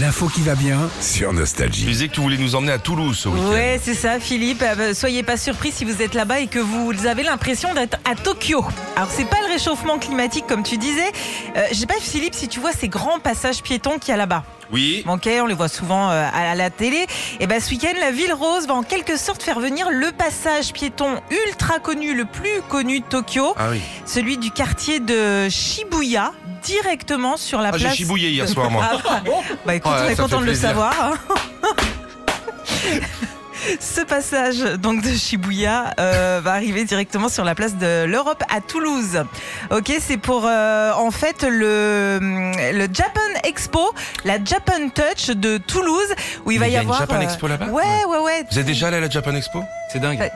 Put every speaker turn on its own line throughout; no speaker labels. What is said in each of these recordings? L'info qui va bien sur
Tu
Nostalgie.
disais que tu voulais nous emmener à Toulouse ce week-end.
Ouais, c'est ça, Philippe. Euh, bah, Soyez pas surpris si vous êtes là-bas et que vous avez l'impression d'être à Tokyo. Alors, c'est pas le réchauffement climatique comme tu disais. Euh, je sais pas, Philippe, si tu vois ces grands passages piétons qu'il y a là-bas.
Oui.
Manqués, on les voit souvent euh, à la télé. Et ben, ce week-end, la Ville Rose va en quelque sorte faire venir le passage piéton ultra connu, le plus connu de Tokyo,
Ah oui.
celui du quartier de Shibuya, directement sur la
Ah, j'ai
place.
chibouillé hier soir, moi.
Ah, bah écoute,
Ouais,
on
ça
est content
fait
de le
plaisir.
savoir. hein. Ce passage donc de Shibuya euh, va arriver directement sur la place de l'Europe à Toulouse. Ok, c'est pour euh, en fait le, le Japan Expo, la Japan Touch de Toulouse, où il va
Mais
y,
y a une
avoir. euh,
Japan Expo là-bas
Ouais, ouais, ouais.
Vous êtes déjà allé à la Japan Expo
C'est dingue.
Ouais.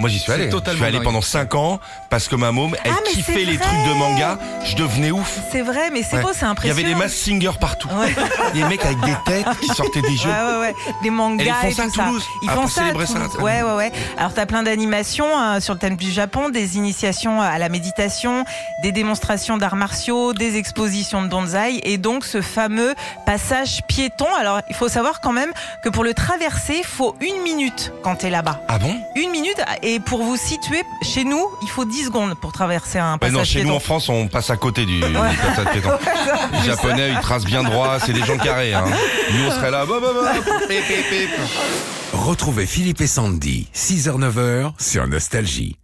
Moi, j'y suis
C'est
allé. Je suis
totalement
allé
dingue.
pendant 5 ans parce que ma môme, elle
Ah, mais c'est
kiffait les
vrai.
trucs de manga. Je devenais ouf.
C'est vrai, mais c'est
Ouais.
beau, c'est
Il y
impressionnant. Ah.
avait des mass singers partout.
Ouais.
Des mecs avec des têtes qui sortaient des jeux.
Ouais, ouais, ouais. Des mangas
Et ils font
Ah, et
ça à
tout
Toulouse,
Ils
ah,
font
pour
ça à
célébrer ça,
Toulouse.
là.
Ouais, ouais, ouais. Alors, t'as plein d'animations hein, sur le thème du Japon, des initiations à la méditation, des démonstrations d'arts martiaux, des expositions de donzai et donc ce fameux passage piéton. Alors, il faut savoir quand même que pour le traverser, faut une minute quand t'es là-bas.
Ah bon
Une minute. Et pour vous situer, chez nous, il faut 10 secondes pour traverser un
Ouais,
passage
Ben Bah non, chez
piéton.
nous en France, on passe à côté du, du passage piéton. Les Japonais, ils tracent bien droit, c'est des gens carrés. Hein. Nous, on serait là. bah, bah, bah, pip, pip, pip.
Retrouvez Philippe et Sandy, 6h-9h sur Nostalgie.